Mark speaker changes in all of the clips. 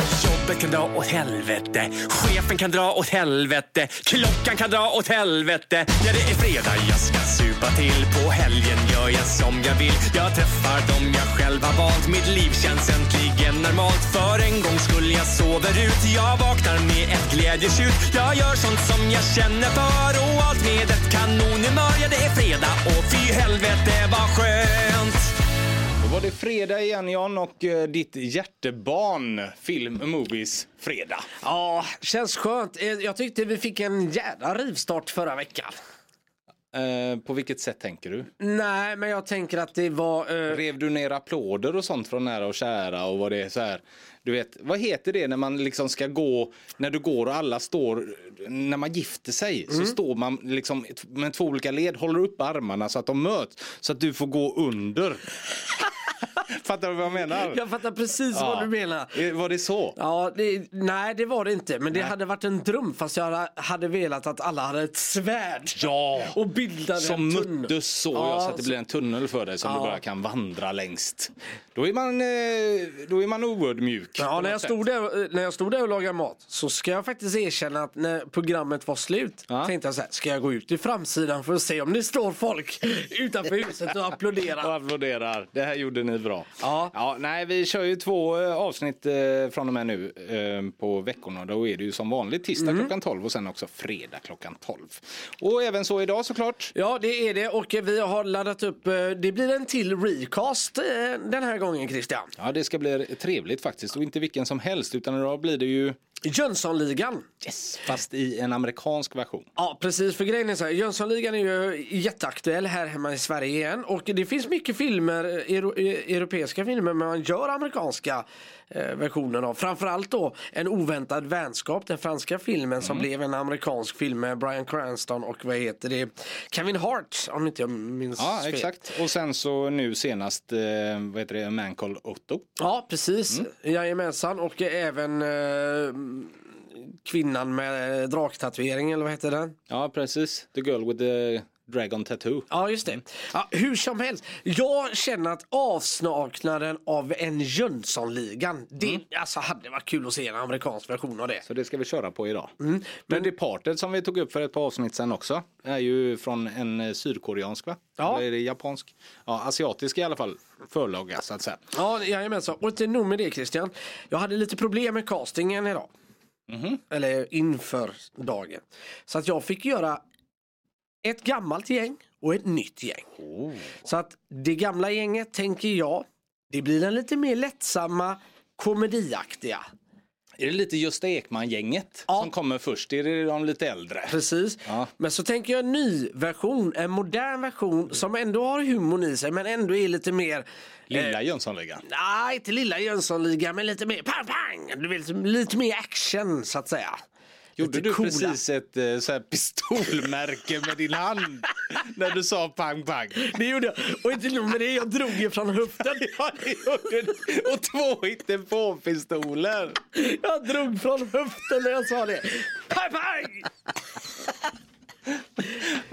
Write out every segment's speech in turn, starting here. Speaker 1: Chefen kan dra åt helvete. Chefen kan dra åt helvete. Klockan kan dra åt helvete. Ja, det är fredag, jag ska supa till. På helgen gör jag som jag vill. Jag träffar dem jag själv har valt. Mitt liv känns äntligen normalt. För en gång skulle jag sover ut. Jag vaknar med ett glädjetjut. Jag gör sånt som jag känner för. Och allt med ett kanonhumör. Ja, det är fredag och fy helvete vad skönt.
Speaker 2: Då var det fredag igen Jan och eh, ditt hjärtebarn Film Movies Fredag.
Speaker 3: Ja, känns skönt. Eh, Jag tyckte vi fick en jävla rivstart förra veckan.
Speaker 2: Eh, på vilket sätt tänker du?
Speaker 3: Nej, men jag tänker att det var... eh,
Speaker 2: Rev du ner applåder och sånt från nära och kära och vad det är så här? Du vet, vad heter det när man liksom ska gå, när du går och alla står, när man gifter sig
Speaker 3: Mm.
Speaker 2: så står man liksom ett- med två olika led, håller upp armarna så att de möts så att du får gå under. Fattar du vad jag menar?
Speaker 3: jag fattar precis vad
Speaker 2: Ja.
Speaker 3: du menar.
Speaker 2: Eh, Var det så?
Speaker 3: Ja, det, nej det var det inte. Men det hade varit en dröm fast jag hade- hade velat att alla hade ett svärd.
Speaker 2: Ja!
Speaker 3: Och bildade
Speaker 2: Som
Speaker 3: en tunnel.
Speaker 2: möttes så,
Speaker 3: Ja,
Speaker 2: ja, så att det
Speaker 3: så-
Speaker 2: blir en tunnel för dig som
Speaker 3: Ja.
Speaker 2: du bara kan vandra längst. Då är man, eh, då är man oödmjuk.
Speaker 3: Ja,
Speaker 2: på
Speaker 3: när
Speaker 2: något
Speaker 3: jag,
Speaker 2: sätt.
Speaker 3: stod där, när jag stod där och lagade mat så ska jag faktiskt erkänna att när programmet var slut
Speaker 2: Ja.
Speaker 3: tänkte jag så här, ska jag gå ut i framsidan för att se om det står folk utanför huset och
Speaker 2: Och
Speaker 3: applåderar?
Speaker 2: applåderar. Det här gjorde ni bra.
Speaker 3: Ja.
Speaker 2: nej, vi kör ju två eh, avsnitt eh, från och med nu eh, på veckorna. Då är det ju som vanligt tisdag
Speaker 3: Mm.
Speaker 2: klockan 12 och sen också fredag klockan 12. Och även så idag såklart.
Speaker 3: Ja, det är det och eh, vi har laddat upp, eh, det blir en till recast eh, den här gången Christian.
Speaker 2: Ja, det ska bli trevligt faktiskt. Och inte vilken som helst, utan idag blir det ju
Speaker 3: Jönssonligan.
Speaker 2: fast i en amerikansk version.
Speaker 3: Ja precis, för grejen är så här, Jönssonligan är ju jätteaktuell här hemma i Sverige igen och det finns mycket filmer, euro, eh, europeiska filmer, men man gör amerikanska eh, versionen av. Framförallt då En oväntad vänskap, den franska filmen
Speaker 2: Mm.
Speaker 3: som blev en amerikansk film med Bryan Cranston och vad heter det, Kevin Hart om inte jag minns
Speaker 2: Ja,
Speaker 3: fel.
Speaker 2: exakt. Och sen så nu senast, eh, vad heter det, Man Call Otto.
Speaker 3: Ja precis, jajamensan och även eh, kvinnan med eh, draktatuering eller vad heter den?
Speaker 2: Ja, precis. The Girl with the Dragon Tattoo.
Speaker 3: Ja, just det. Mm. Ja, hur som helst, jag känner att avsaknaden av en Jönssonligan, det alltså, hade varit kul att se en amerikansk version av det. Mm.
Speaker 2: Så det ska vi köra på idag. Men Departed som vi tog upp för ett par avsnitt sen också är ju från en eh, sydkoreansk va?
Speaker 3: Ja.
Speaker 2: Eller är det japansk? Ja, asiatisk i alla fall förlaga så att säga.
Speaker 3: Ja, jajamensan. Och inte nog med det Christian, jag hade lite problem med castingen idag. Eller inför dagen. Så att jag fick göra ett gammalt gäng och ett nytt gäng. Så att det gamla gänget tänker jag, det blir den lite mer lättsamma komediaktiga.
Speaker 2: Är det lite Gösta Ekman-gänget
Speaker 3: Ja.
Speaker 2: som kommer först? Är det de lite äldre?
Speaker 3: Precis.
Speaker 2: Ja.
Speaker 3: Men så tänker jag en ny version, en modern version som ändå har humorn i sig men ändå är lite mer
Speaker 2: Lilla Jönssonligan.
Speaker 3: Nej, inte lilla Jönssonliga men lite mer pang pang. Du vet, lite mer action så att säga.
Speaker 2: Gjorde
Speaker 3: lite
Speaker 2: du
Speaker 3: coola.
Speaker 2: precis ett eh, så här pistolmärke med din hand när du sa pang pang?
Speaker 3: Det gjorde jag. Och inte nog med det, jag drog ju från höften.
Speaker 2: Ja, det gjorde du. Och två hittepåpistoler.
Speaker 3: Jag drog från höften när jag sa det. Pang pang!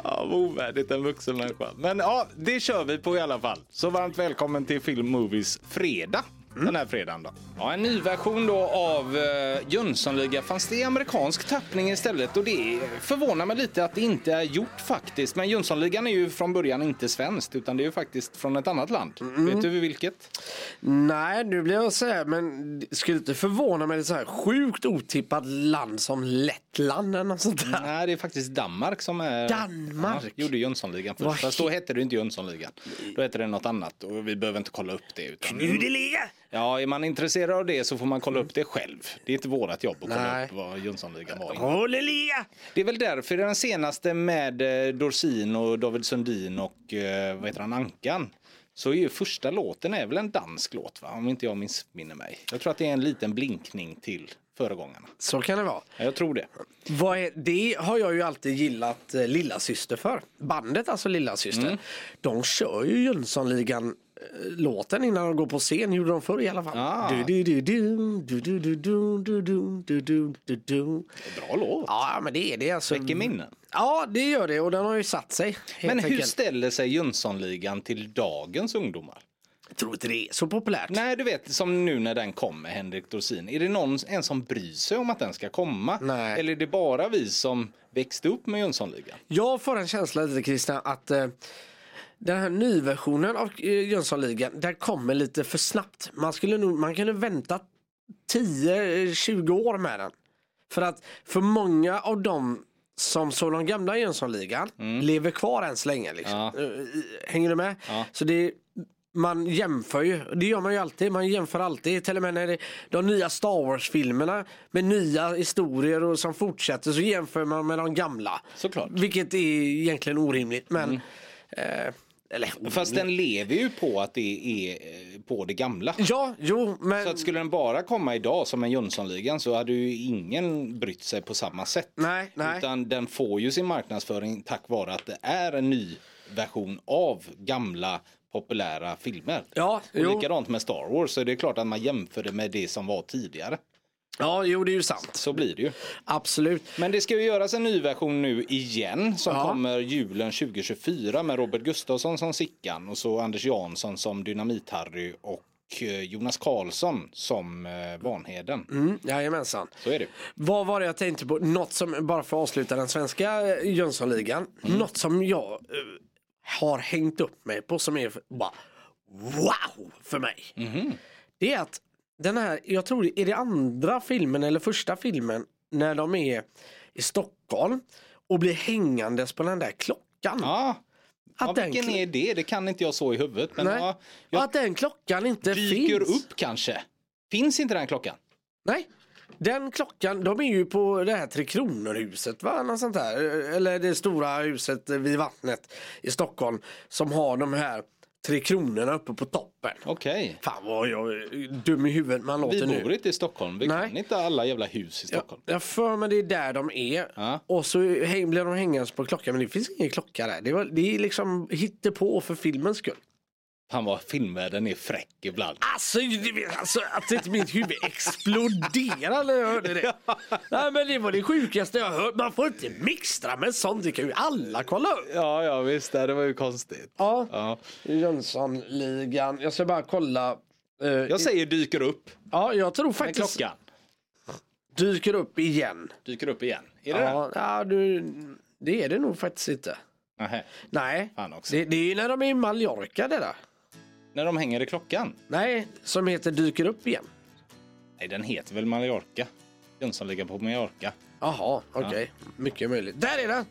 Speaker 2: Ja, vad ovärdigt en vuxen människa. Men ja, det kör vi på i alla fall. Så varmt välkommen till Film Movies fredag. Den här fredagen då. Mm. Ja, en ny version då av eh, Jönssonliga fast i amerikansk tappning istället och det förvånar mig lite att det inte är gjort faktiskt. Men Jönssonligan är ju från början inte svenskt utan det är ju faktiskt från ett annat land. Vet du vilket?
Speaker 3: Nej, nu blir jag så här, men det skulle inte förvåna mig. Det är så här sjukt otippat land som Lettland eller något sånt där.
Speaker 2: Nej, det är faktiskt Danmark som är...
Speaker 3: Danmark?
Speaker 2: Ja, gjorde Jönssonligan
Speaker 3: Vad
Speaker 2: först. Fast då hette det inte Jönssonligan. Då hette det något annat och vi behöver inte kolla upp det. Utan...
Speaker 3: Knudeliga!
Speaker 2: Ja, är man intresserad av det så får man kolla upp det själv. Det är inte vårt jobb att kolla
Speaker 3: Nej.
Speaker 2: upp vad Jönssonligan var. i.
Speaker 3: Håleliga!
Speaker 2: Det är väl därför den senaste med eh, Dorsin och David Sundin och eh, vad heter han, Ankan. Så är ju första låten är väl en dansk låt va? Om inte jag missminner mig. Jag tror att det är en liten blinkning till föregångarna.
Speaker 3: Så kan det vara.
Speaker 2: Ja, Jag tror det.
Speaker 3: Vad är, det har jag ju alltid gillat eh, Lilla Syster för. Bandet alltså Lilla Syster.
Speaker 2: Mm.
Speaker 3: De kör ju Jönssonligan eh, låten innan de går på scen, gjorde de förr i alla fall.
Speaker 2: Ah.
Speaker 3: Du, du, du, du, du, du, du, du, du, du, du, du, du, du.
Speaker 2: Bra låt.
Speaker 3: Ja men det är det alltså.
Speaker 2: Väcker minnen.
Speaker 3: Ja det gör det och den har ju satt sig. helt
Speaker 2: Men hur
Speaker 3: enkelt.
Speaker 2: ställer sig Jönssonligan till dagens ungdomar?
Speaker 3: Jag tror inte det är så populärt.
Speaker 2: Nej, du vet som nu när den kommer, Henrik Dorsin. Är det någon en som bryr sig om att den ska komma?
Speaker 3: Nej.
Speaker 2: Eller är det bara vi som växte upp med Jönssonligan?
Speaker 3: Jag får en känsla lite Christian att eh, den här nyversionen av eh, Jönssonligan den kommer lite för snabbt. Man skulle nog, man kunde vänta 10-20 år med den. För att för många av dem som såg den gamla Jönssonligan lever kvar än så länge. Liksom.
Speaker 2: Mm. Ja.
Speaker 3: Eh, eh, Hänger du med?
Speaker 2: Ja.
Speaker 3: Så det man jämför ju, det gör man ju alltid, man jämför alltid. Till och med när det, de nya Star Wars-filmerna med nya historier och som fortsätter så jämför man med de gamla.
Speaker 2: Såklart. Mm.
Speaker 3: Vilket är egentligen orimligt men... Eh, eller orimligt.
Speaker 2: Fast den lever ju på att det är eh, på det gamla.
Speaker 3: Ja, jo men...
Speaker 2: Så att skulle den bara komma idag som en Jönssonligan så hade ju ingen brytt sig på samma sätt.
Speaker 3: Nej, nej.
Speaker 2: Utan den får ju sin marknadsföring tack vare att det är en ny version av gamla populära filmer.
Speaker 3: Ja,
Speaker 2: Och
Speaker 3: jo.
Speaker 2: likadant med Star Wars så är det klart att man jämför det med det som var tidigare.
Speaker 3: ja, jo det är ju sant.
Speaker 2: Så blir det ju.
Speaker 3: Absolut.
Speaker 2: Men det ska ju göras en ny version nu igen som
Speaker 3: Ja.
Speaker 2: kommer julen 2024 med Robert Gustafsson som Sickan och så Anders Jansson som Dynamit-Harry och eh, Jonas Karlsson som eh, Vanheden.
Speaker 3: Mm, jajamensan.
Speaker 2: Så är det.
Speaker 3: Vad var det jag tänkte på? Något som, bara för att avsluta den svenska eh, Jönssonligan.
Speaker 2: Mm.
Speaker 3: Något som jag eh, har hängt upp mig på som är f- bara wow för mig.
Speaker 2: Mhm.
Speaker 3: Det är att den här, jag tror det är det andra filmen eller första filmen när de är i Stockholm och blir hängandes på den där klockan.
Speaker 2: Ja, ja
Speaker 3: Att den
Speaker 2: vilken
Speaker 3: kl-
Speaker 2: är det? Det kan inte jag så i huvudet. Men
Speaker 3: Nej.
Speaker 2: ja,
Speaker 3: Och
Speaker 2: jag
Speaker 3: att den klockan inte
Speaker 2: dyker
Speaker 3: finns.
Speaker 2: upp kanske. Finns inte den klockan?
Speaker 3: Nej. Den klockan, de är ju på det här Tre Kronor-huset va? Något sånt där. Eller det stora huset vid vattnet i Stockholm som har de här Tre Kronorna uppe på toppen.
Speaker 2: Okej.
Speaker 3: Fan vad jag dum i huvudet man låter
Speaker 2: Vi
Speaker 3: nu.
Speaker 2: bor inte i Stockholm. Vi
Speaker 3: Nej.
Speaker 2: kan inte alla jävla hus i
Speaker 3: Ja,
Speaker 2: Stockholm.
Speaker 3: Jag för mig det är där de är.
Speaker 2: Ja.
Speaker 3: Och så häng- blir de hängandes på klockan men det finns ingen klocka där. Det, var, det är liksom hittepå för filmens skull.
Speaker 2: Fan vad filmvärlden är fräck ibland.
Speaker 3: Alltså, du vet, alltså att inte mitt huvud exploderade när jag hörde det. Nej, men det var det sjukaste jag hört. Man får inte mixtra med sånt. Det kan ju alla kolla upp.
Speaker 2: Ja, ja visst. Det var ju konstigt.
Speaker 3: Ja,
Speaker 2: Ja.
Speaker 3: Jönssonligan. Jag ska bara kolla. eh,
Speaker 2: Jag säger dyker upp.
Speaker 3: ja, jag tror
Speaker 2: Men
Speaker 3: faktiskt
Speaker 2: klockan
Speaker 3: dyker upp igen.
Speaker 2: dyker upp igen. Är det
Speaker 3: Ja, ja, du, det är det nog faktiskt inte.
Speaker 2: det? Nähä.
Speaker 3: Nej,
Speaker 2: Fan också.
Speaker 3: det, det är ju när de är i Mallorca det där.
Speaker 2: När de hänger i klockan?
Speaker 3: Nej, som heter dyker upp igen.
Speaker 2: Nej, den heter väl Mallorca? Jönssonligan på Mallorca.
Speaker 3: Jaha, okej. Mycket möjligt. Där är den!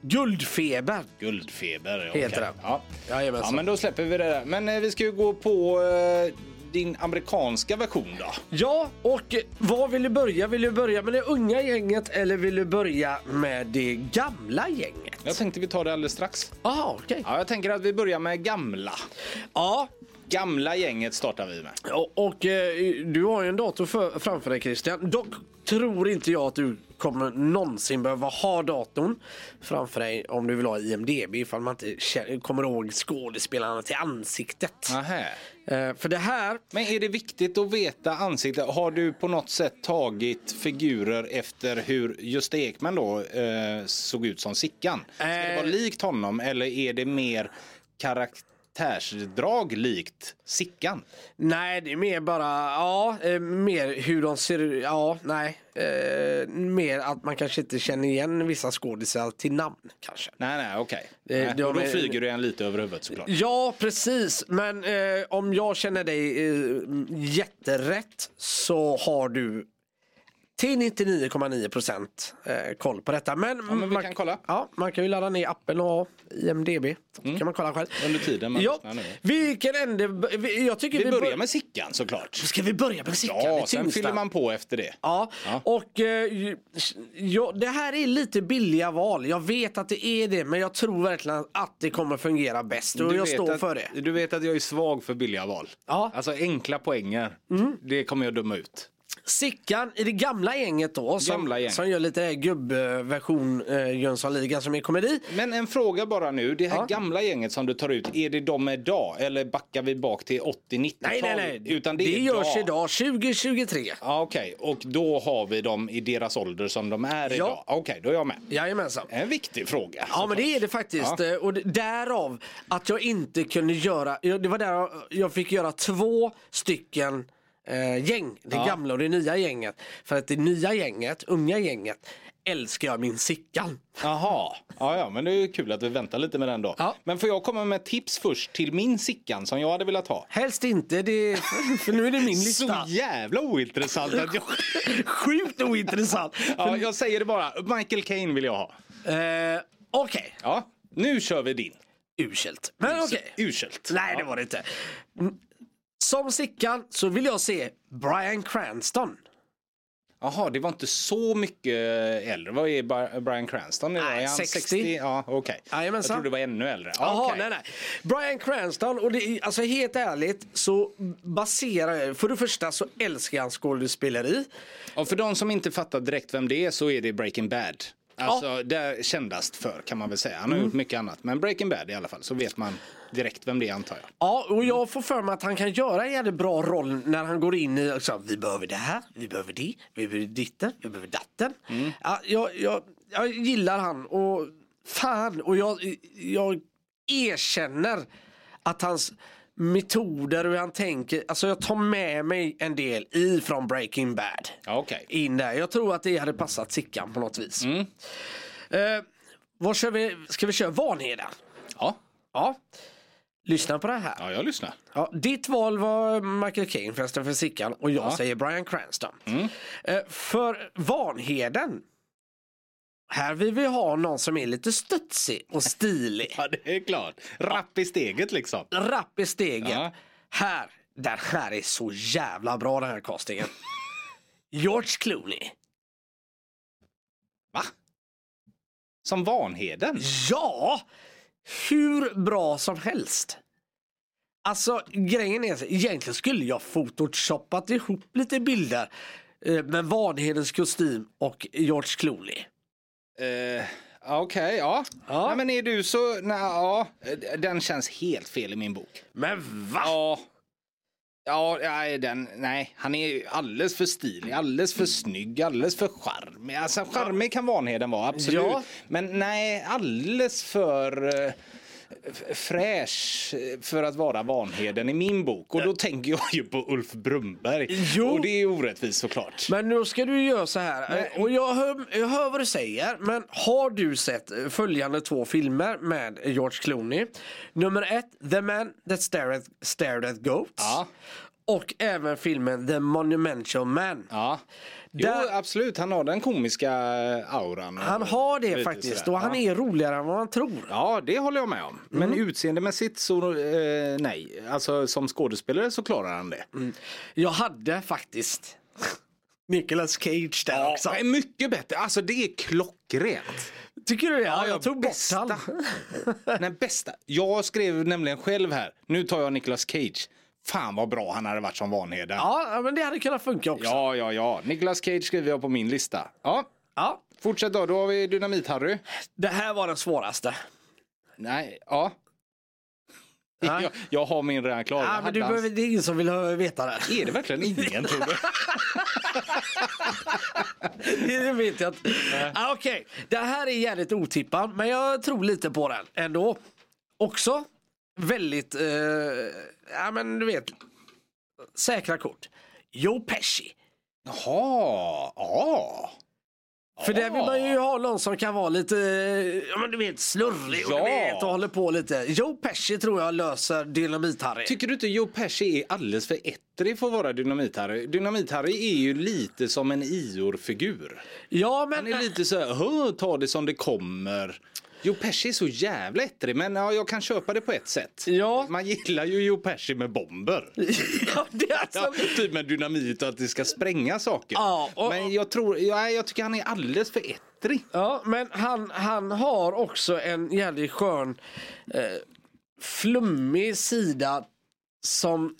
Speaker 3: Guldfeber.
Speaker 2: Guldfeber. ja,
Speaker 3: Heter
Speaker 2: okej.
Speaker 3: den.
Speaker 2: Ja.
Speaker 3: Jajamensan.
Speaker 2: ja, men då släpper vi det där. Men eh, vi ska ju gå på eh, din amerikanska version då.
Speaker 3: Ja, och vad vill du börja? Vill du börja med det unga gänget eller vill du börja med det gamla gänget?
Speaker 2: Jag tänkte vi tar det alldeles strax.
Speaker 3: Jaha, okej.
Speaker 2: Ja, jag tänker att vi börjar med gamla.
Speaker 3: Ja,
Speaker 2: Gamla gänget startar vi med.
Speaker 3: och, och eh, du har ju en dator för, framför dig Christian. Dock tror inte jag att du kommer någonsin behöva ha datorn framför dig om du vill ha IMDB ifall man inte känner, kommer ihåg skådespelarna till ansiktet.
Speaker 2: Nähä.
Speaker 3: Eh, för det här
Speaker 2: Men är det viktigt att veta ansikte? Har du på något sätt tagit figurer efter hur Gösta Ekman då eh, såg ut som Sickan? Ska det
Speaker 3: Eh.
Speaker 2: vara likt honom eller är det mer karaktärsdrag likt Sickan?
Speaker 3: Nej, det är mer bara, ja, eh, mer hur de ser ut, ja, nej. Eh, mer att man kanske inte känner igen vissa skådisar till namn kanske.
Speaker 2: Nej, nej, okej.
Speaker 3: Eh,
Speaker 2: Nej,
Speaker 3: de
Speaker 2: och då
Speaker 3: är-
Speaker 2: flyger du en lite över huvudet såklart.
Speaker 3: Ja, precis. Men eh, om jag känner dig eh, jätterätt så har du till 99,9% eh, koll på detta. Men,
Speaker 2: men vi kan kolla. Mm.
Speaker 3: Ja, man kan ju ladda ner appen och ha IMDB. kan man kolla själv.
Speaker 2: Under tiden man
Speaker 3: ja.
Speaker 2: lyssnar nu.
Speaker 3: Vilken ände... vi- Jag tycker vi,
Speaker 2: Vi börjar
Speaker 3: bör-
Speaker 2: med Sickan såklart.
Speaker 3: Ska vi börja med Sickan?
Speaker 2: Ja,
Speaker 3: Det
Speaker 2: sen
Speaker 3: tyngsta.
Speaker 2: fyller man på efter det.
Speaker 3: Ja,
Speaker 2: Ja.
Speaker 3: och eh, ju- ja, det här är lite billiga val. Jag vet att det är det, men jag tror verkligen att det kommer fungera bäst. Och jag
Speaker 2: vet
Speaker 3: står
Speaker 2: att,
Speaker 3: för det.
Speaker 2: Du vet att jag är svag för billiga val.
Speaker 3: Ja. Mm.
Speaker 2: Alltså enkla poänger. Det kommer jag döma ut.
Speaker 3: Sickan i det gamla gänget då som,
Speaker 2: Gamla gäng.
Speaker 3: som gör lite gubbversion eh, Jönssonligan som är komedi.
Speaker 2: Men en fråga bara nu. Det här
Speaker 3: Ja.
Speaker 2: gamla gänget som du tar ut, är det de idag eller backar vi bak till 80-90-tal?
Speaker 3: Nej, nej, nej.
Speaker 2: Utan det, är
Speaker 3: görs idag 2023.
Speaker 2: Ja, Okej, och då har vi dem i deras ålder som de är idag. Okej, då är jag med.
Speaker 3: Jajamensan.
Speaker 2: En viktig fråga.
Speaker 3: Ja men det är det faktiskt.
Speaker 2: Ja.
Speaker 3: Eh, Och d- därav att jag inte kunde göra, ja, det var där jag fick göra två stycken eh, gäng. Det gamla och det nya gänget. För att det nya gänget, unga gänget, älskar jag min Sickan.
Speaker 2: Jaha, ja, ja, men det är ju kul att vi väntar lite med den då.
Speaker 3: Ja.
Speaker 2: Men får jag komma med tips först till min Sickan som jag hade velat ha?
Speaker 3: Helst inte, det, för nu är det min lista.
Speaker 2: Så jävla ointressant att jag...
Speaker 3: Sjukt ointressant.
Speaker 2: Ja, jag säger det bara. Michael Caine vill jag ha.
Speaker 3: Eh, okej,
Speaker 2: Ja, nu kör vi din.
Speaker 3: uselt. Men okej.
Speaker 2: Ursäkt.
Speaker 3: Nej det var det inte. Mm. Som Sickan så vill jag se Brian Cranston.
Speaker 2: Jaha, det var inte så mycket äldre. Vad är Bar- Bryan Cranston? idag?
Speaker 3: Nej,
Speaker 2: Är han
Speaker 3: 60?
Speaker 2: Ja, okej. Jag
Speaker 3: Jajamensan.
Speaker 2: trodde det var ännu äldre. Ja,
Speaker 3: Jaha,
Speaker 2: okej.
Speaker 3: nej, nej. Brian Cranston, och det, är- alltså helt ärligt så baserar jag, för det första så älskar jag hans skådespeleri.
Speaker 2: Och för de som inte fattar direkt vem det är så är det Breaking Bad. Alltså, där kändast för kan man väl säga. Han har gjort mycket annat. Men Breaking Bad i alla fall, så vet man direkt vem det är antar jag.
Speaker 3: Ja, och jag får för mig att han kan göra en jävligt bra roll när han går in i, alltså, vi behöver det här, vi behöver det, vi behöver ditten, vi behöver datten. Ja, jag, jag, jag gillar han och fan, och jag, jag erkänner att hans metoder och hur han tänker, alltså jag tar med mig en del ifrån Breaking Bad.
Speaker 2: Ja, okej.
Speaker 3: in där. Jag tror att det hade passat Sickan på något vis.
Speaker 2: Mm.
Speaker 3: Eh, vad kör vi? Ska vi köra Vanheden?
Speaker 2: Ja.
Speaker 3: Ja. Lyssna på det här.
Speaker 2: ja, jag lyssnar.
Speaker 3: Ja, ditt val var Michael Caine förresten för Sickan och jag säger Brian Cranston.
Speaker 2: Mm.
Speaker 3: Eh, för Vanheden. Här vill vi ha någon som är lite studsig och stilig.
Speaker 2: Ja, det är klart. Rapp i steget liksom.
Speaker 3: Rapp i steget.
Speaker 2: Ja.
Speaker 3: Här, den här är så jävla bra den här castingen. George Clooney.
Speaker 2: Va? Som Vanheden?
Speaker 3: Ja, hur bra som helst. Alltså grejen är, så- egentligen skulle jag photoshoppat ihop lite bilder eh, med Vanhedens kostym och George Clooney.
Speaker 2: Eh, Okej, ja.
Speaker 3: Ja.
Speaker 2: Nej, men är du så... Nej, ja. Eh, Den känns helt fel i min bok.
Speaker 3: Men va?
Speaker 2: Ja. Ja, nej, den, nej, han är ju alldeles för stilig, alldeles för snygg, alldeles för charmig. Alltså charmig kan Vanheden vara, absolut.
Speaker 3: Ja.
Speaker 2: Men nej, alldeles för eh, f- fräsch för att vara Vanheden i min bok. Och då tänker jag ju på Ulf Brumberg.
Speaker 3: Jo.
Speaker 2: Och det är orättvist såklart.
Speaker 3: Men nu ska du göra så här. eh, Och jag hör, jag hör vad du säger. Men har du sett eh, följande två filmer med George Clooney? Nummer ett, The Man That Stared at, Stared at Goats.
Speaker 2: Ja.
Speaker 3: Och även filmen The Monumental Man.
Speaker 2: Ja. Jo,
Speaker 3: Där-
Speaker 2: absolut. Han har den komiska auran.
Speaker 3: Han har det
Speaker 2: Lite
Speaker 3: faktiskt
Speaker 2: sådär.
Speaker 3: och han
Speaker 2: ja.
Speaker 3: är roligare än vad man tror.
Speaker 2: Ja, det håller jag med om. Men
Speaker 3: Mm.
Speaker 2: utseendemässigt så eh, nej. Alltså som skådespelare så klarar han det.
Speaker 3: Mm. Jag hade faktiskt Nicolas Cage där också.
Speaker 2: är Eh, mycket bättre. Alltså det är klockrent.
Speaker 3: Tycker du det? Ja,
Speaker 2: ja,
Speaker 3: jag tog bort
Speaker 2: bästa.
Speaker 3: han.
Speaker 2: Den bästa. Jag skrev nämligen själv här. Nu tar jag Nicolas Cage. Fan vad bra han hade varit som Vanheden.
Speaker 3: Ja, ja, men det hade kunnat funka också.
Speaker 2: ja, ja, ja. Nicolas Cage skriver jag på min lista. Ja,
Speaker 3: Ja,
Speaker 2: fortsätt då. Då har vi Dynamit-Harry.
Speaker 3: det här var den svåraste.
Speaker 2: Nej, ja.
Speaker 3: Ja.
Speaker 2: Jag, jag har min redan klar. Jag
Speaker 3: Ja, men
Speaker 2: hade
Speaker 3: du
Speaker 2: hans-
Speaker 3: behöver, det är ingen som vill ha- veta det.
Speaker 2: Är det verkligen ingen tror du?
Speaker 3: Det vet jag inte. Ah, Okej, det här är jävligt otippat men jag tror lite på den ändå. Också väldigt, eh, ja men du vet, säkra kort. Joe Pesci.
Speaker 2: Jaha, ja.
Speaker 3: För där vill man ju ha någon som kan vara lite, eh, ja men du vet slurrig och,
Speaker 2: Ja.
Speaker 3: du vet, och håller på lite. Joe Pesci tror jag löser Dynamit-Harry.
Speaker 2: Tycker du inte Joe Pesci är alldeles för ettrig för att vara Dynamit-Harry? Dynamit-Harry är ju lite som en Ior-figur.
Speaker 3: ja
Speaker 2: Han
Speaker 3: men,
Speaker 2: är lite så här, "Hö, ta det som det kommer. Joe Pesci är så jävla ettrig, men ja, jag kan köpa det på ett sätt.
Speaker 3: Ja.
Speaker 2: Man gillar ju Joe Pesci med bomber.
Speaker 3: ja, det är alltså,
Speaker 2: Ja, typ med dynamit och att det ska spränga saker.
Speaker 3: Ja, och-
Speaker 2: Men jag tror, ja, jag tycker han är alldeles för ettrig.
Speaker 3: Ja, men han, han har också en jävligt skön eh, flummig sida som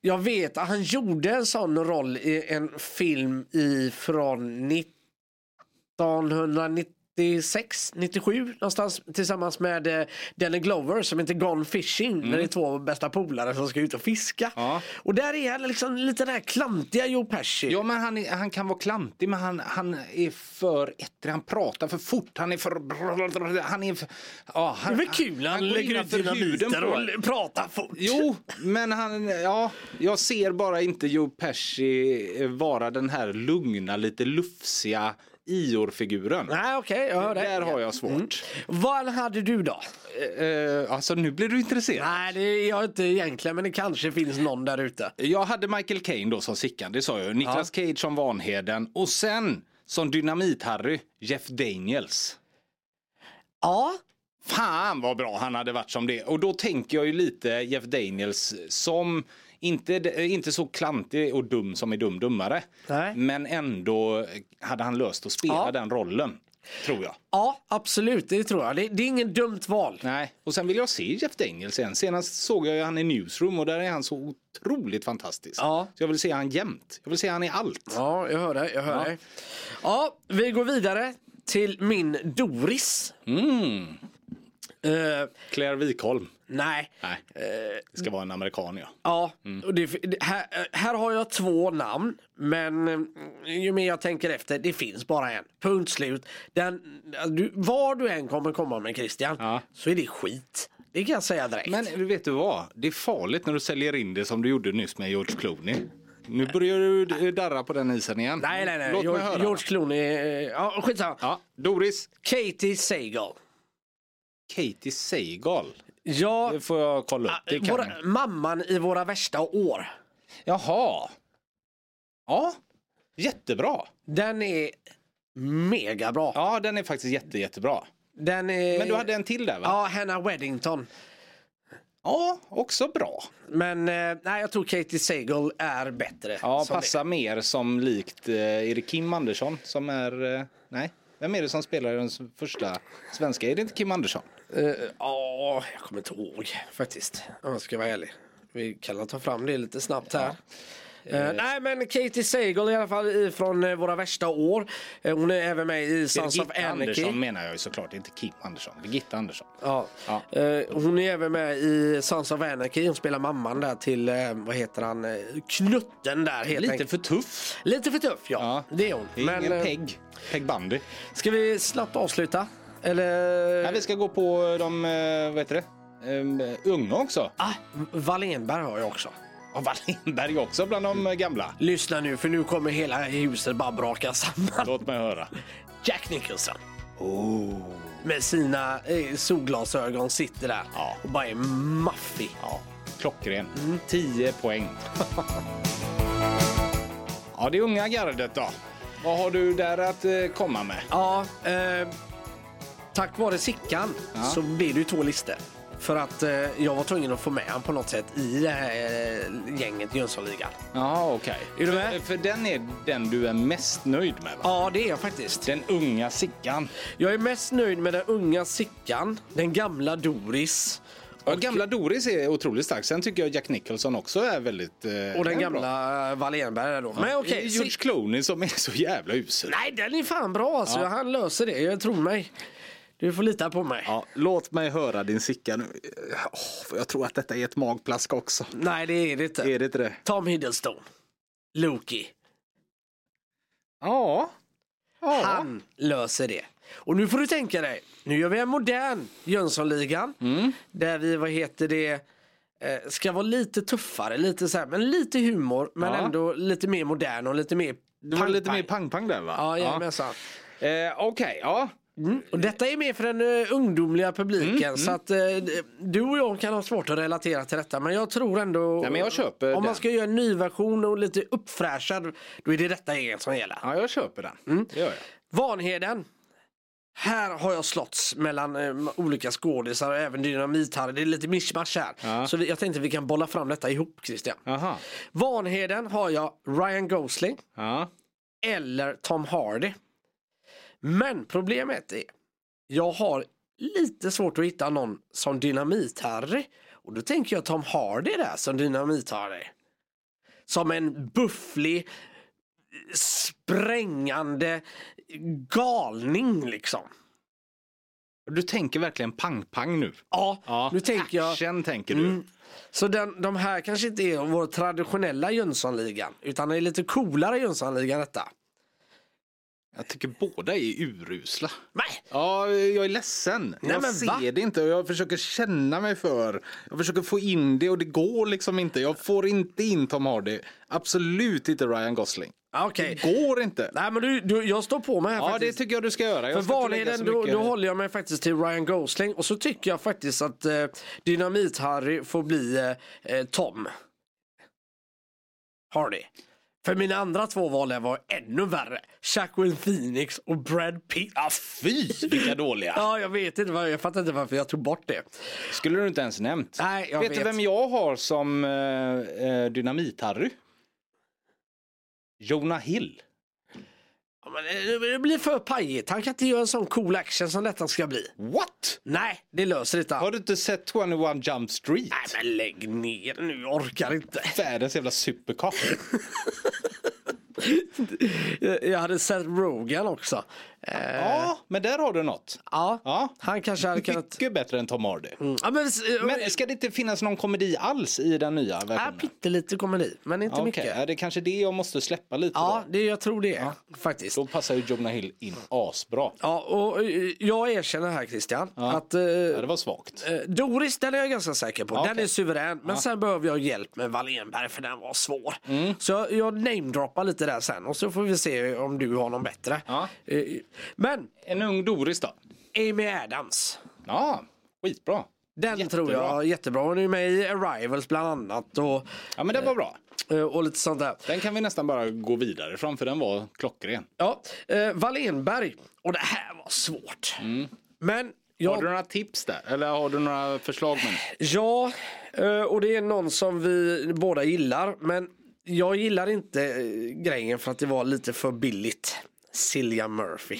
Speaker 3: Jag vet att han gjorde en sån roll i en film ifrån 1996, 97 någonstans tillsammans med eh, Danny Glover som heter Gone Fishing. När det är två bästa polare som ska ut och fiska.
Speaker 2: Ja.
Speaker 3: Och där är han liksom lite den här klantiga Joe Pesci.
Speaker 2: Ja, men han, är, han kan vara klantig, men han, han är för ettrig. Han pratar för fort. Han är för... Han är för ja,
Speaker 3: det
Speaker 2: han,
Speaker 3: är väl kul han,
Speaker 2: går
Speaker 3: lägger ut
Speaker 2: innanför huden
Speaker 3: dynamiter
Speaker 2: på-
Speaker 3: och pratar fort.
Speaker 2: Jo, men han, ja, jag ser bara inte Joe Pesci eh, vara den här lugna, lite lufsiga Ior-figuren.
Speaker 3: Nej Mm. okej, jag hör dig.
Speaker 2: Där har jag svårt.
Speaker 3: Vad hade du då?
Speaker 2: Eh, alltså, nu blir du intresserad.
Speaker 3: Nej, det är jag inte egentligen, men det kanske finns någon där ute.
Speaker 2: Jag hade Michael Caine då som Sickan, det sa jag. Niklas Cage som Vanheden och sen som Dynamit-Harry, Jeff Daniels.
Speaker 3: Ja,
Speaker 2: Fan vad bra han hade varit som det. Och då tänker jag ju lite Jeff Daniels som inte, inte så klantig och dum som är dum dummare.
Speaker 3: Nej.
Speaker 2: Men ändå hade han löst att spela
Speaker 3: Ja.
Speaker 2: den rollen. Tror jag.
Speaker 3: ja absolut, det tror jag. Det, det är ingen dumt val.
Speaker 2: Nej. Och sen vill jag se Jeff Daniels igen. Senast såg jag ju han i Newsroom och där är han så otroligt fantastisk.
Speaker 3: Ja.
Speaker 2: Så jag vill se han jämt. Jag vill se han i allt.
Speaker 3: Ja, jag hör dig. Jag hör
Speaker 2: Ja.
Speaker 3: dig. Ja, vi går vidare till min Doris. Mm. Eh,
Speaker 2: Claire Wikholm.
Speaker 3: nej, eh,
Speaker 2: Nej. Det ska vara en amerikan ja.
Speaker 3: ja,
Speaker 2: Mm.
Speaker 3: och det, det- här, eh, här har jag två namn, men eh, ju mer jag tänker efter, det finns bara en. Punkt slut. Den, eh, du, var du än kommer komma med Christian,
Speaker 2: Ja.
Speaker 3: så är det skit. Det kan jag säga direkt.
Speaker 2: Men vet du vad? Det är farligt när du säljer in det som du gjorde nyss med George Clooney. Nu börjar du darra på den isen igen.
Speaker 3: Nej, nej, nej.
Speaker 2: Låt mig
Speaker 3: George,
Speaker 2: höra.
Speaker 3: George Clooney. eh, Ja, skitsamma.
Speaker 2: Ja, Doris.
Speaker 3: Katie Sagal.
Speaker 2: Katie Sagal.
Speaker 3: Ja, Ah,
Speaker 2: Det får jag kolla upp. Det kan.
Speaker 3: våra,
Speaker 2: jag.
Speaker 3: mamman i våra värsta år.
Speaker 2: Jaha. Ja, jättebra.
Speaker 3: Den är mega bra.
Speaker 2: Ja, den är faktiskt jätte, jättebra.
Speaker 3: Den är...
Speaker 2: Men du hade en till där va?
Speaker 3: Eh, Ja, Hannah Weddington.
Speaker 2: Ja, också bra.
Speaker 3: Men eh, nej, jag tror Katie Sagal är bättre.
Speaker 2: Ja,
Speaker 3: som
Speaker 2: passar mer som likt eh, är det Kim Andersson som är... Eh, nej, vem är det som spelar den s- första svenska? Är det inte Kim Andersson?
Speaker 3: det. Eh, Ja, jag kommer inte ihåg faktiskt. Om jag ska vara ärlig. Vi kan ta fram det lite snabbt här. Eh, nej men Katie Sagal i alla fall från eh, våra värsta år. Eh, hon är även med i Sons of
Speaker 2: Birgitta
Speaker 3: Anarchy.
Speaker 2: Andersson menar jag ju såklart, inte Kim Andersson. Birgitta Andersson.
Speaker 3: Ja.
Speaker 2: Ja.
Speaker 3: Eh, hon är även med i Sons of Anarchy. Hon spelar mamman där till, eh, vad heter han, eh, Knutten där helt
Speaker 2: Lite
Speaker 3: enkelt.
Speaker 2: för tuff.
Speaker 3: Lite för tuff ja,
Speaker 2: Ja.
Speaker 3: det är hon.
Speaker 2: Det är ingen
Speaker 3: eh,
Speaker 2: Peg. Peg Bundy.
Speaker 3: ska vi snabbt avsluta? Eller?
Speaker 2: Nej, vi ska gå på de, eh, vad heter det? Ehm, unga också.
Speaker 3: Ah, Wallenberg har jag också.
Speaker 2: Och Wallenberg också bland de eh, gamla.
Speaker 3: Lyssna nu för nu kommer hela huset bara braka samman.
Speaker 2: Låt mig höra.
Speaker 3: Jack Nicholson.
Speaker 2: Oh.
Speaker 3: Med sina eh, solglasögon sitter där
Speaker 2: Ja.
Speaker 3: och bara är maffig.
Speaker 2: Ja, klockren. 10 poäng. ja, det unga gardet då. Vad har du där att eh, komma med?
Speaker 3: Ja, eh, tack vare Sickan så blev det ju två listor. För att eh, jag var tvungen att få med han på något sätt i det här eh, gänget i Jönssonligan.
Speaker 2: Ja, okej.
Speaker 3: Är du med?
Speaker 2: För, för den är den du är mest nöjd med, va?
Speaker 3: Ja, det är jag faktiskt.
Speaker 2: Den unga Sickan.
Speaker 3: Jag är mest nöjd med den unga Sickan, den gamla Doris
Speaker 2: Ja, gamla Doris är otroligt stark. Sen tycker jag Jack Nicholson också är väldigt... eh,
Speaker 3: och den
Speaker 2: bra.
Speaker 3: gamla Wallenberg. där Då. Men
Speaker 2: Det är
Speaker 3: okej,
Speaker 2: George
Speaker 3: Sick-
Speaker 2: Clooney som är så jävla usel.
Speaker 3: nej den är fan bra alltså. Han löser det, jag tror mig. Du får lita på mig.
Speaker 2: Ja, låt mig höra din Sickan. Åh, för jag tror att detta är ett magplask också.
Speaker 3: Nej, det är det inte.
Speaker 2: Är det inte det?
Speaker 3: Tom Hiddleston, Loki.
Speaker 2: Ja. ja.
Speaker 3: Han löser det. Och nu får du tänka dig, nu gör vi en modern Jönssonligan.
Speaker 2: Mm.
Speaker 3: Där vi, vad heter det, eh, ska vara lite tuffare, lite så här, men lite humor, men
Speaker 2: Ja.
Speaker 3: ändå lite mer modern och lite mer
Speaker 2: Det var lite
Speaker 3: pang-pang.
Speaker 2: mer pang-pang där va?
Speaker 3: Ja, jajamensan.
Speaker 2: Eh, Okej, ja.
Speaker 3: Mm. Och detta är mer för den eh, ungdomliga publiken
Speaker 2: Mm,
Speaker 3: så att eh, du och jag kan ha svårt att relatera till detta men jag tror ändå
Speaker 2: Nej, men jag köper
Speaker 3: om man
Speaker 2: den.
Speaker 3: ska göra en ny version och lite uppfräschad då är det detta eget som gäller.
Speaker 2: Ja, jag köper den.
Speaker 3: Mm.
Speaker 2: Det gör jag.
Speaker 3: Vanheden. Här har jag slåtts mellan eh, olika skådisar och även dynamit här. Det är lite mischmasch här.
Speaker 2: Ja.
Speaker 3: Så vi, jag tänkte vi kan bolla fram detta ihop Christian.
Speaker 2: Aha.
Speaker 3: Vanheden har jag Ryan Gosling
Speaker 2: Ja.
Speaker 3: eller Tom Hardy. Men problemet är, jag har lite svårt att hitta någon som dynamit-Harry. Och då tänker jag Tom Hardy där som dynamit-Harry. som en bufflig sprängande galning liksom.
Speaker 2: Du tänker verkligen pang-pang nu.
Speaker 3: Ja, nu tänker jag.
Speaker 2: Action tänker du.
Speaker 3: Mm. Så den, de här kanske inte är vår traditionella Jönssonligan utan det är lite coolare Jönssonligan detta.
Speaker 2: Jag tycker båda är urusla.
Speaker 3: Nej,
Speaker 2: Ja, jag är ledsen.
Speaker 3: Nej,
Speaker 2: jag
Speaker 3: men
Speaker 2: ser
Speaker 3: va?
Speaker 2: det inte och jag försöker känna mig för. Jag försöker få in det och det går liksom inte. Jag får inte in Tom Hardy. Absolut inte Ryan Gosling.
Speaker 3: Ja, okej.
Speaker 2: Det går inte.
Speaker 3: Nej men du, du, jag står på mig här
Speaker 2: Ja, det
Speaker 3: faktiskt.
Speaker 2: tycker jag du ska göra. Jag
Speaker 3: För
Speaker 2: ska inte lägga
Speaker 3: Vanheden,
Speaker 2: så
Speaker 3: då,
Speaker 2: mycket-
Speaker 3: då håller jag mig faktiskt till Ryan Gosling och så tycker jag faktiskt att eh, Dynamit-Harry får bli eh, eh, Tom. Hardy. För mina andra två val här var ännu värre. Jacqueline Phoenix och Brad Pitt.
Speaker 2: Ah, fy, vilka dåliga.
Speaker 3: Ja, jag vet inte, vad- jag fattar inte varför jag tog bort det.
Speaker 2: Skulle du inte ens nämnt.
Speaker 3: Nej, jag
Speaker 2: vet,
Speaker 3: vet.
Speaker 2: du vem jag har som eh, eh, Dynamit-Harry? Jonah Hill.
Speaker 3: Ja, men eh, det- det blir för pajigt. Han kan inte göra en sån cool action som detta ska bli.
Speaker 2: What?
Speaker 3: Nej, det löser inte
Speaker 2: Har
Speaker 3: han.
Speaker 2: du inte sett 21 Jump Street?
Speaker 3: Nej, men lägg ner nu. Jag orkar inte.
Speaker 2: Världens jävla superkock.
Speaker 3: Eh. Jag hade Seth Rogen också. Eh,
Speaker 2: ja, men där har du något.
Speaker 3: ja.
Speaker 2: Ja,
Speaker 3: Han kanske hade kunnat... Mm.
Speaker 2: mycket bättre än Tom Hardy.
Speaker 3: Ja, men, s-
Speaker 2: Men ska det inte finnas någon komedi alls i den nya
Speaker 3: ja,
Speaker 2: versionen?
Speaker 3: Äh, pyttelite komedi, men inte
Speaker 2: Okej,
Speaker 3: mycket.
Speaker 2: är det kanske det jag måste släppa lite
Speaker 3: Ja,
Speaker 2: då?
Speaker 3: det, jag tror det faktiskt.
Speaker 2: Då passar ju Jonah Hill in asbra.
Speaker 3: Ja, och eh, jag erkänner här Christian att eh,
Speaker 2: Ja, det var svagt.
Speaker 3: eh, Doris, den är jag ganska säker på. Den
Speaker 2: Okej.
Speaker 3: är suverän. Men sen behöver jag hjälp med Wallenberg för den var svår.
Speaker 2: Mm.
Speaker 3: Så jag, jag namedroppar lite där sen och så får vi se om du har någon bättre.
Speaker 2: Ja.
Speaker 3: Eh, Men
Speaker 2: En ung Doris då?
Speaker 3: Amy Adams.
Speaker 2: Ja, skitbra.
Speaker 3: Den tror jag är jättebra. Hon är ju med i Arrivals bland annat och,
Speaker 2: Ja, men det var bra.
Speaker 3: eh, och lite sånt där.
Speaker 2: Den kan vi nästan bara gå vidare ifrån för den var klockren.
Speaker 3: Ja, eh, Wallenberg. Och det här var svårt. Men
Speaker 2: Mm. Har du
Speaker 3: jag,
Speaker 2: några tips där? Eller har du några förslag? Men...
Speaker 3: ja, eh, och det är någon som vi båda gillar. Men jag gillar inte eh, grejen för att det var lite för billigt. Silja Murphy.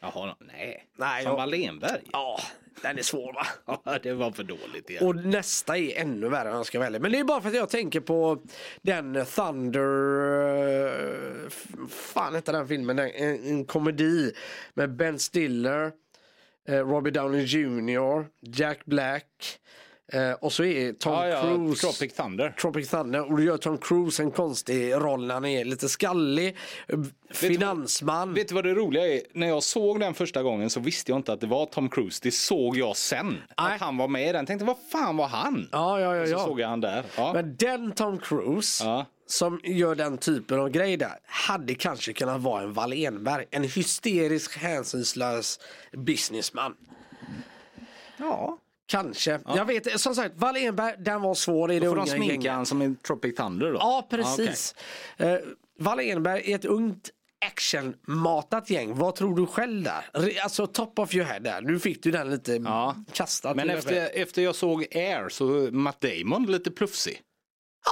Speaker 2: Jaha, nej.
Speaker 3: Nej,
Speaker 2: Som
Speaker 3: jag-
Speaker 2: Wallenberg?
Speaker 3: Ja, den är svår va?
Speaker 2: Ja, det var för dåligt igen.
Speaker 3: Och nästa är ännu värre än jag ska välja. Men det är bara för att jag tänker på den Thunder... eh, f- Fan heter den filmen? Den- En, en komedi med Ben Stiller, eh, Robbie Downey Jr, Jack Black eh, och så är Tom
Speaker 2: Ja, ja,
Speaker 3: Cruise.
Speaker 2: Tropic Thunder.
Speaker 3: Tropic Thunder och då gör Tom Cruise en konstig roll när han är lite skallig, eh, finansman.
Speaker 2: Vet du vad det roliga är? När jag såg den första gången så visste jag inte att det var Tom Cruise. Det såg jag sen. Att han var med i den. Tänkte, vad fan var han?
Speaker 3: ja, ja, ja,
Speaker 2: Så
Speaker 3: ja.
Speaker 2: såg jag han där. Ja.
Speaker 3: Men den Tom Cruise
Speaker 2: Ja.
Speaker 3: som gör den typen av grej där hade kanske kunnat vara en Wallenberg. En hysterisk, hänsynslös businessman.
Speaker 2: ja.
Speaker 3: Kanske. Jag vet Som sagt, Wallenberg, den var svår i det
Speaker 2: Får de
Speaker 3: unga
Speaker 2: sminka
Speaker 3: gänget.
Speaker 2: han som i Tropic Thunder då?
Speaker 3: Ja, precis. Eh, Wallenberg är ett ungt actionmatat gäng. Vad tror du själv där? Re- Alltså top of your head där. Nu fick du den lite
Speaker 2: Ja.
Speaker 3: kastad.
Speaker 2: Men
Speaker 3: till dig själv.
Speaker 2: efter, efter jag såg Air så Matt Damon lite plufsig.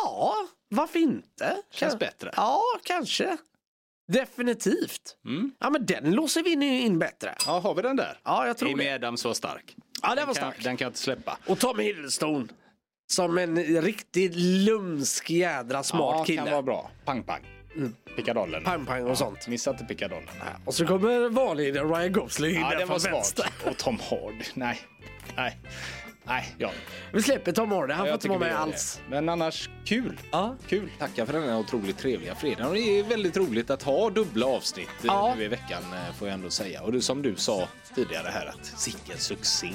Speaker 3: Ja, varför inte?
Speaker 2: Känns
Speaker 3: Kan-
Speaker 2: bättre.
Speaker 3: Ja, kanske. Definitivt.
Speaker 2: Mm.
Speaker 3: Ja, men den låser vi in, in bättre.
Speaker 2: Ja, har vi den där?
Speaker 3: Ja, jag tror
Speaker 2: Amy
Speaker 3: det.
Speaker 2: Adams var stark.
Speaker 3: Ja, den
Speaker 2: Kan,
Speaker 3: var stark.
Speaker 2: den kan jag inte släppa.
Speaker 3: Och Tom Hiddleston. Som en riktigt lumsk jädra smart
Speaker 2: ja, kan vara
Speaker 3: kille. Mm.
Speaker 2: bra. Pang, pang. Pickadollen.
Speaker 3: Pang-pang och sånt.
Speaker 2: Missa inte pickadollen.
Speaker 3: Och så kommer vanligen Ryan Gosling in
Speaker 2: Ja,
Speaker 3: där
Speaker 2: den var
Speaker 3: från
Speaker 2: svag.
Speaker 3: vänster.
Speaker 2: Och Tom Hardy. Nej. Nej. Nej, ja.
Speaker 3: Vi släpper Tom Hardy, han får inte vara
Speaker 2: tycker vi
Speaker 3: med
Speaker 2: gör
Speaker 3: alls.
Speaker 2: det. Men annars kul.
Speaker 3: Ja.
Speaker 2: Kul. Tackar för den här otroligt trevliga fredagen. Och Det är väldigt roligt att ha dubbla avsnitt eh,
Speaker 3: Ja.
Speaker 2: nu i veckan eh, får jag ändå säga. Och du, som du sa tidigare här att sicken succé.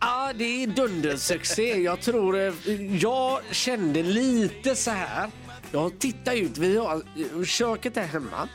Speaker 3: Ja, det är dundersuccé. Jag tror... eh, Jag kände lite så här. Jag tittar ut. Vi har, i köket där hemma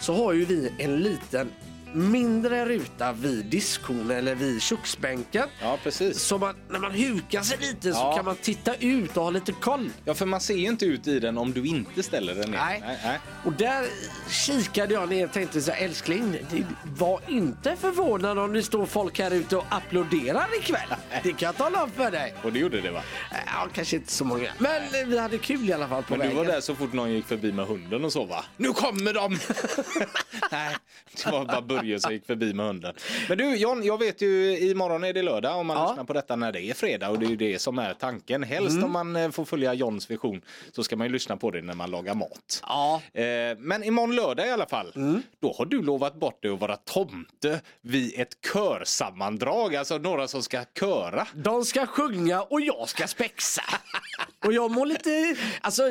Speaker 3: så har ju vi en liten mindre ruta vid diskon eller vid köksbänken.
Speaker 2: Ja, precis.
Speaker 3: Så man, när man hukar sig lite så
Speaker 2: Ja.
Speaker 3: kan man titta ut och ha lite koll.
Speaker 2: Ja, för man ser ju inte ut i den om du inte ställer den ner.
Speaker 3: Nej.
Speaker 2: Nej, nej.
Speaker 3: Och där kikade jag ner och tänkte så här, älskling, det- var inte förvånad om det står folk här ute och applåderar ikväll. Det kan jag tala om för dig.
Speaker 2: Och det gjorde det va?
Speaker 3: Ja, Ja, kanske inte så många. Men eh, vi hade kul i alla fall på
Speaker 2: Men du
Speaker 3: vägen.
Speaker 2: var där så fort någon gick förbi med hunden och så va? Nu kommer de! Nej, det var bara Börje som gick förbi med hunden. Men du John, jag vet ju imorgon är det lördag om man
Speaker 3: Ja. Mm.
Speaker 2: lyssnar på detta när det är fredag och det är ju det som är tanken. Helst om man eh, får följa Johns vision så ska man ju lyssna på det när man lagar mat.
Speaker 3: Ja. Mm.
Speaker 2: Eh, Men imorgon lördag i alla fall, då har du lovat bort dig att vara tomte vid ett körsammandrag, alltså några som ska köra.
Speaker 3: De ska sjunga och jag ska spexa. Och jag mår lite, alltså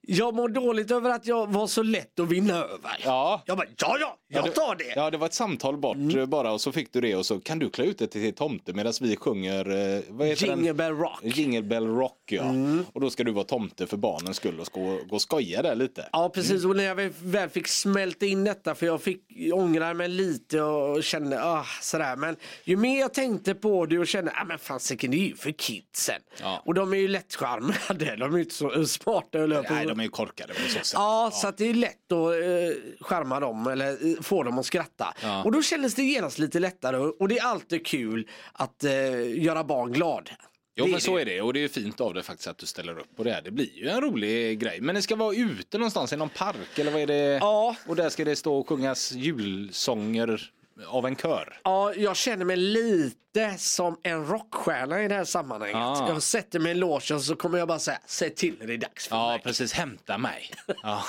Speaker 3: jag mår dåligt över att jag var så lätt att vinna över.
Speaker 2: Ja.
Speaker 3: Jag bara, ja ja, jag tar det. Mm.
Speaker 2: Ja, det var ett samtal bort eh, bara och så fick du det och så kan du klä ut det till tomte medan vi sjunger eh, vad heter
Speaker 3: Jingle Bell
Speaker 2: den? Mm.
Speaker 3: Rock. Mm.
Speaker 2: Jingle Bell Rock. Ja. Och då ska du vara tomte för barnens skull och sko- gå och skoja där lite.
Speaker 3: Ja precis och när jag väl- väl fick smälta in detta för jag fick ångrar mig lite och kände ah, sådär men ju mer jag tänkte på det och kände ah, men fasiken det är ju för kidsen.
Speaker 2: Ja.
Speaker 3: Och de är ju lättcharmade, de är ju inte så smarta höll jag på att
Speaker 2: Nej, de är ju korkade på så sätt.
Speaker 3: Ja, så att det är lätt att eh, charma dem eller eh, få dem att skratta.
Speaker 2: Ja.
Speaker 3: Och då kändes det genast lite lättare och och det är alltid kul att eh, göra barn glad.
Speaker 2: Jo
Speaker 3: Det
Speaker 2: men så
Speaker 3: ju.
Speaker 2: är det och det är fint av dig faktiskt att du ställer upp på det här. Det blir ju en rolig grej. Men det ska vara ute någonstans i någon park eller vad är det?
Speaker 3: Ja.
Speaker 2: Och där ska det stå och sjungas julsånger av en kör.
Speaker 3: Ja, jag känner mig lite som en rockstjärna i det här sammanhanget.
Speaker 2: Ah.
Speaker 3: Jag sätter mig i logen så kommer jag bara säga, säg till när det är dags för
Speaker 2: Ja,
Speaker 3: mig.
Speaker 2: precis. Hämta mig. Ja.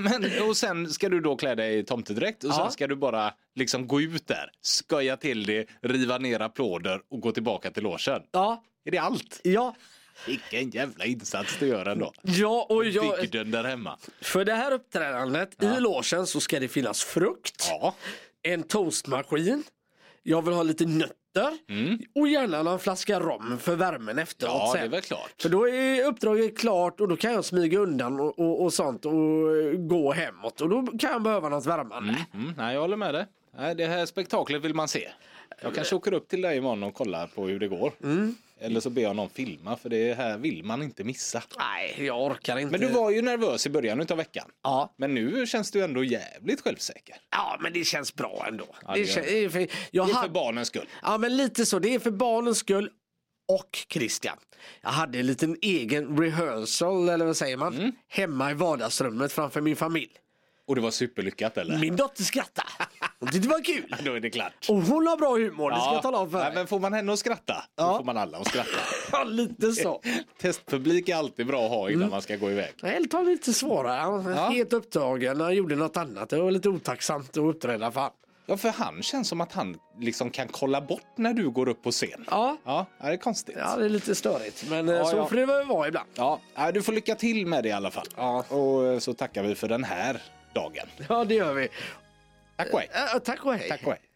Speaker 2: Men, och sen ska du då klä dig i tomtedräkt och sen
Speaker 3: Ja.
Speaker 2: ska du bara liksom gå ut där, skoja till det, riva ner applåder och gå tillbaka till logen.
Speaker 3: Ja,
Speaker 2: Är det allt?
Speaker 3: ja,
Speaker 2: Vilken jävla insats du gör ändå.
Speaker 3: ja och jag,
Speaker 2: Bygden där hemma.
Speaker 3: för det här uppträdandet i logen så ska det finnas frukt.
Speaker 2: Ja,
Speaker 3: en toastmaskin. Jag vill ha lite nötter och gärna någon flaska rom för värmen efteråt.
Speaker 2: Mm. ja det är
Speaker 3: sen.
Speaker 2: väl klart.
Speaker 3: För då är uppdraget klart och då kan jag smyga undan och, och, och sånt och eh, gå hemåt och då kan jag behöva något värmande.
Speaker 2: Mm, nej, jag håller med dig. Nej, det här spektaklet vill man se. Jag kanske åker upp till dig imorgon och kollar på hur det går. Eller så ber jag någon filma för det här vill man inte missa.
Speaker 3: Nej, jag orkar inte.
Speaker 2: Men du var ju nervös i början av veckan.
Speaker 3: Ja.
Speaker 2: Men nu känns du ändå jävligt självsäker.
Speaker 3: ja, men det känns bra ändå.
Speaker 2: Ja,
Speaker 3: det
Speaker 2: det gör
Speaker 3: kän- det är för, jag
Speaker 2: Det är för
Speaker 3: hade-
Speaker 2: barnens skull.
Speaker 3: Ja, men lite så. Det är för barnens skull och Christian. Jag hade en liten egen rehearsal, eller vad säger man,
Speaker 2: Mm.
Speaker 3: hemma i vardagsrummet framför min familj.
Speaker 2: Och det var superlyckat eller?
Speaker 3: Min dotter skrattade. Hon tyckte det var kul.
Speaker 2: Då är det klart.
Speaker 3: Och hon har bra humor, det ska
Speaker 2: Ja.
Speaker 3: jag tala om för
Speaker 2: Nej,
Speaker 3: dig.
Speaker 2: men får man henne att skratta,
Speaker 3: Ja.
Speaker 2: då får man alla att skratta.
Speaker 3: Ja, lite så.
Speaker 2: Testpublik är alltid bra att ha innan man ska gå iväg.
Speaker 3: Helt var lite svårare. Han var
Speaker 2: Ja.
Speaker 3: helt upptagen. Han gjorde något annat. Det var lite otacksamt att uppträda för han.
Speaker 2: Ja, för han känns som att han liksom kan kolla bort när du går upp på scen.
Speaker 3: Ja.
Speaker 2: Ja, det är konstigt.
Speaker 3: ja, det är lite störigt. Men eh,
Speaker 2: Ja,
Speaker 3: så
Speaker 2: ja.
Speaker 3: får det väl vara ibland.
Speaker 2: Ja, nej, du får lycka till med det i alla fall.
Speaker 3: Ja.
Speaker 2: Och eh, så tackar vi för den här dagen.
Speaker 3: Ja, det gör vi.
Speaker 2: Tack och hej.
Speaker 3: Eh, tack och hej.
Speaker 2: Tack och hej.